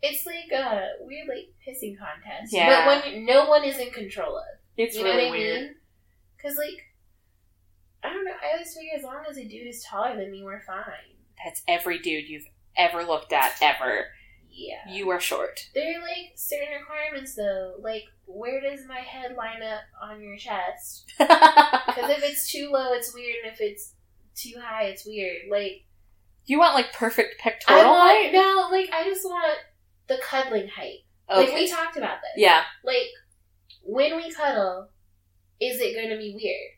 it's like a weird like pissing contest.
Yeah.
but when no one is in control of,
it's
you know
really
what I
weird.
mean? Because like, I don't know. I always figure as long as a dude is taller than me, we're fine.
That's every dude you've ever looked at ever.
Yeah.
You are short.
There are like certain requirements though. Like, where does my head line up on your chest? Because if it's too low, it's weird, and if it's too high, it's weird. Like,
you want like perfect
I
pectoral
want
height?
no. Like, I just want the cuddling height. Like
Okay.
we talked about this.
yeah.
Like when we cuddle, is it going to be weird?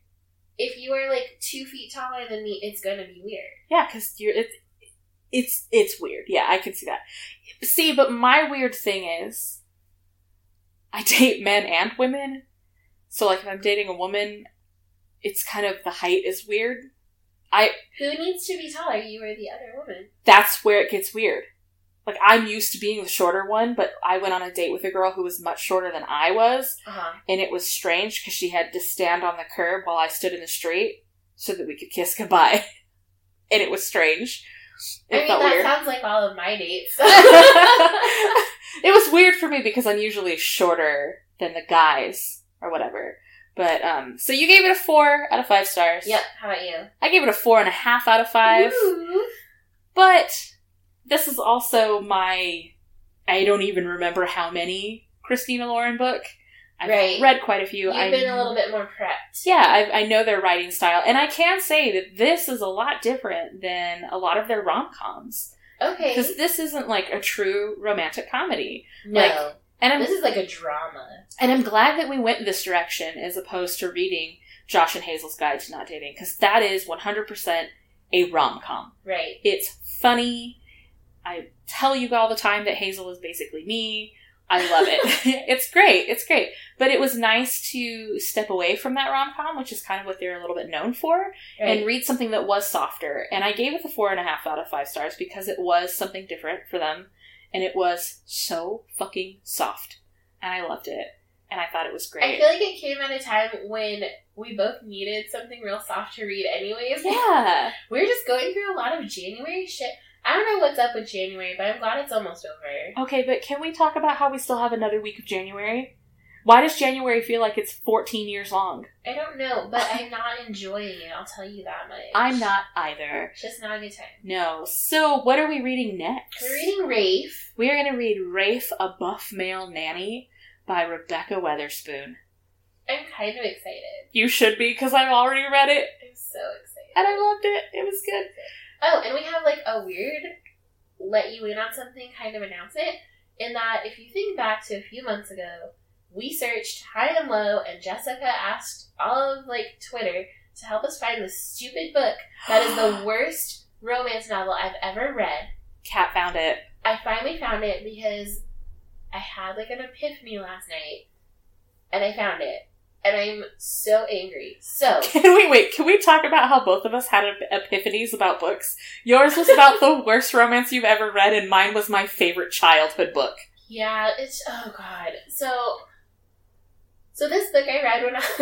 If you are like two feet taller than me, it's going to be weird.
Yeah, because you're it's it's it's weird. Yeah, I can see that. See, but my weird thing is, I date men and women, so like if I'm dating a woman, it's kind of the height is weird.
Who needs to be taller, you or the other woman?
That's where it gets weird. Like I'm used to being the shorter one, but I went on a date with a girl who was much shorter than I was,
Uh huh.
and it was strange because she had to stand on the curb while I stood in the street so that we could kiss goodbye, and it was strange.
I
It
mean,
felt
that
weird.
sounds like all of my dates.
it was weird for me because I'm usually shorter than the guys or whatever. But um, so you gave it a four out of five stars.
yep. How about you?
I gave it a four and a half out of five.
Ooh.
But this is also my I don't even remember how many Christina Lauren book. I've
Right.
read quite a few.
You've
I-
been a little bit more prepped.
yeah, I, I know their writing style, and I can say that this is a lot different than a lot of their rom coms
Okay.
because this isn't like a true romantic comedy.
no.
like, And I'm
this is like a drama.
and I'm glad that we went in this direction as opposed to reading Josh and Hazel's Guide to Not Dating because that is 100% a rom com.
Right.
It's funny. I tell you all the time that Hazel is basically me. I love it. it's great. It's great. But it was nice to step away from that rom com, which is kind of what they're a little bit known for,
Right.
and read something that was softer. And I gave it the four and a half out of five stars because it was something different for them. And it was so fucking soft. And I loved it. And I thought it was
I
great.
feel like it came at a time when we both needed something real soft to read, anyways.
yeah.
We're just going through a lot of January shit. I don't know what's up with January, but I'm glad it's almost over.
Okay, but can we talk about how we still have another week of January? Why does January feel like it's 14 years long?
I don't know, but I'm not enjoying it. I'll tell you that much.
I'm not either.
It's just not a good time.
No. So, what are we reading next?
We're reading Rafe.
We are going to read Rafe, a Buff Male Nanny by Rebecca Weatherspoon.
I'm kind of excited.
You should be because I've already read it
I'm so excited.
and I loved it. It was good.
Oh, and we have like a weird let you in on something kind of announcement in that if you think back to a few months ago, we searched high and low and Jessica asked all of like Twitter to help us find this stupid book that is the worst romance novel I've ever read.
Cat found it.
I finally found it because I had like an epiphany last night and I found it. And I'm so angry. So
Can we wait? Can we talk about how both of us had ep- epiphanies about books? Yours was about the worst romance you've ever read, and mine was my favorite childhood book.
Yeah, it's oh god. So, so this book I read when I was,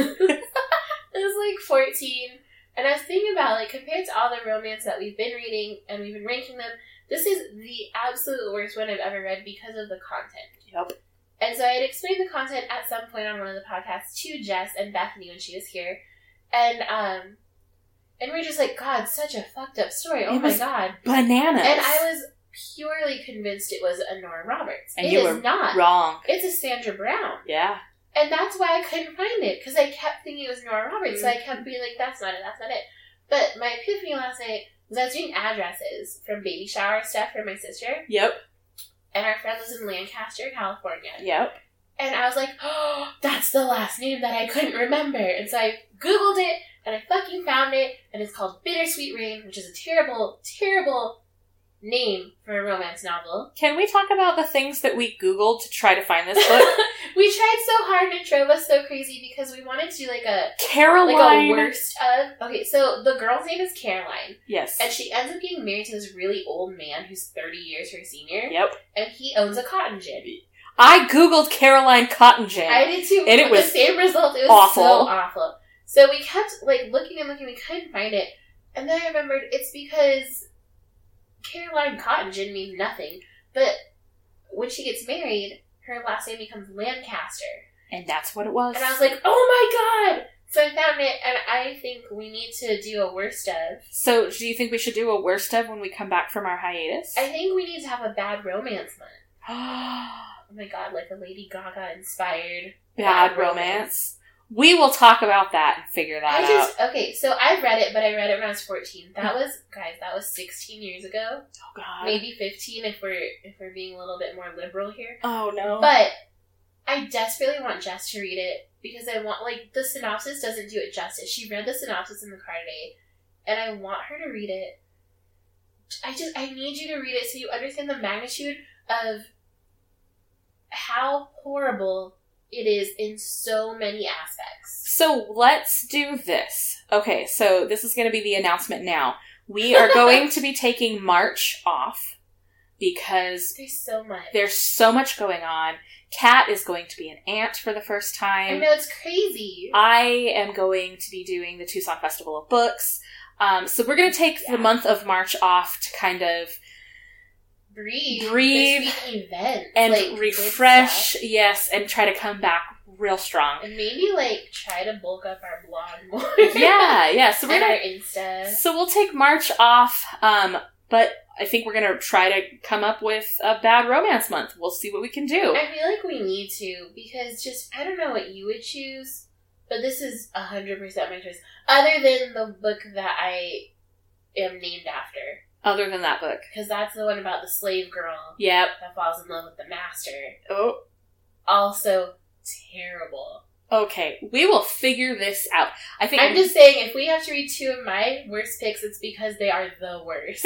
I was like fourteen, and I was thinking about like compared to all the romance that we've been reading and we've been ranking them, this is the absolute worst one I've ever read because of the content.
Yep.
And so I had explained the content at some point on one of the podcasts to Jess and Bethany when she was here, and um, and we are just like, God, such a fucked up story. Oh
It
my
was
god.
Bananas.
And I was purely convinced it was a Nora Roberts.
And
It
you
is
were
not.
wrong.
It's a Sandra Brown.
Yeah.
And that's why I couldn't find it, because I kept thinking it was Nora Roberts, so I kept being like, that's not it, that's not it. But my epiphany last night was I was doing addresses from baby shower stuff for my sister,
Yep.
and our friend lives in Lancaster, California.
Yep.
And I was like, oh, that's the last name that I couldn't remember. And so I Googled it, and I fucking found it, and it's called Bittersweet Rain, which is a terrible, terrible name for a romance novel.
Can we talk about the things that we Googled to try to find this book?
we tried so hard and it drove us so crazy because we wanted to do like a
Caroline.
like a worst of. Okay, so the girl's name is Caroline,
Yes.
and she ends up getting married to this really old man who's thirty years her senior,
Yep.
and he owns a cotton gin.
I Googled Caroline Cotton Gin.
I did too,
And it
with
was
the same result. It was
awful.
so awful. So we kept like looking and looking, we couldn't find it, and then I remembered it's because Caroline Cotton Gin means nothing, but when she gets married, her last name becomes Lancaster.
and that's what it was.
And I was like, oh my god! So I found it, and I think we need to do a worst of.
so do you think we should do a worst of when we come back from our hiatus?
I think we need to have a bad romance month.
Bad
Oh my god, like a Lady Gaga inspired. Bad
romance. We will talk about that and figure that
I
out.
just okay, so I read it, but I read it when I was fourteen. That was guys, that was sixteen years ago,
Oh God.
maybe fifteen if we're if we're being a little bit more liberal here.
Oh no.
But I desperately want Jess to read it because I want like the synopsis doesn't do it justice. She read the synopsis in the car today, and I want her to read it. I just I need you to read it so you understand the magnitude of how horrible it is in so many aspects.
So let's do this. Okay, so this is going to be the announcement now. We are going to be taking March off because
There's so much.
there's so much going on. Kat is going to be an aunt for the first
I
time.
know it's crazy.
I am going to be doing the Tucson Festival of Books. Um, so we're going to take
Yeah.
the month of March off to kind of
breathe,
breathe
between events
and
like, good stuff.
refresh, yes, and try to come back real strong.
and maybe like try to bulk up our blog more.
yeah, yeah. So we're
and
gonna
our Insta.
So we'll take March off, um, but I think we're gonna try to come up with a bad romance month. We'll see what we can do.
I feel like we need to because just I don't know what you would choose, but this is hundred percent my choice. Other than the book that I am named after,
Other than that book,
because that's the one about the slave girl
yep.
that falls in love with the master.
Oh,
Also terrible.
okay. We will figure this out. I think
I'm just saying, if we have to read two of my worst picks, it's because they are the worst.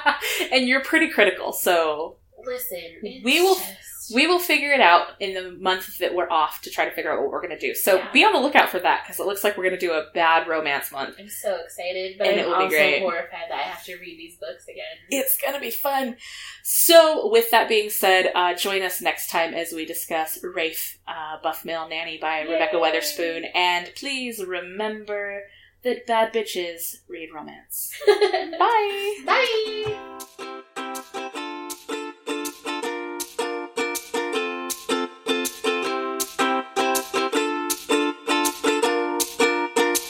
and you're pretty critical, so
Listen, it's
We will-
just-
we will figure it out in the month that we're off to try to figure out what we're gonna do. So
Yeah.
be on the lookout for that because it looks like we're gonna do a bad romance month.
I'm so excited, but
And
I'm
it will be
also
great.
horrified that I have to read these books again.
It's gonna be fun. So, with that being said, uh, join us next time as we discuss Rafe, uh, Buff Male Nanny by
Yay.
Rebecca Weatherspoon. And please remember that bad bitches read romance. Bye.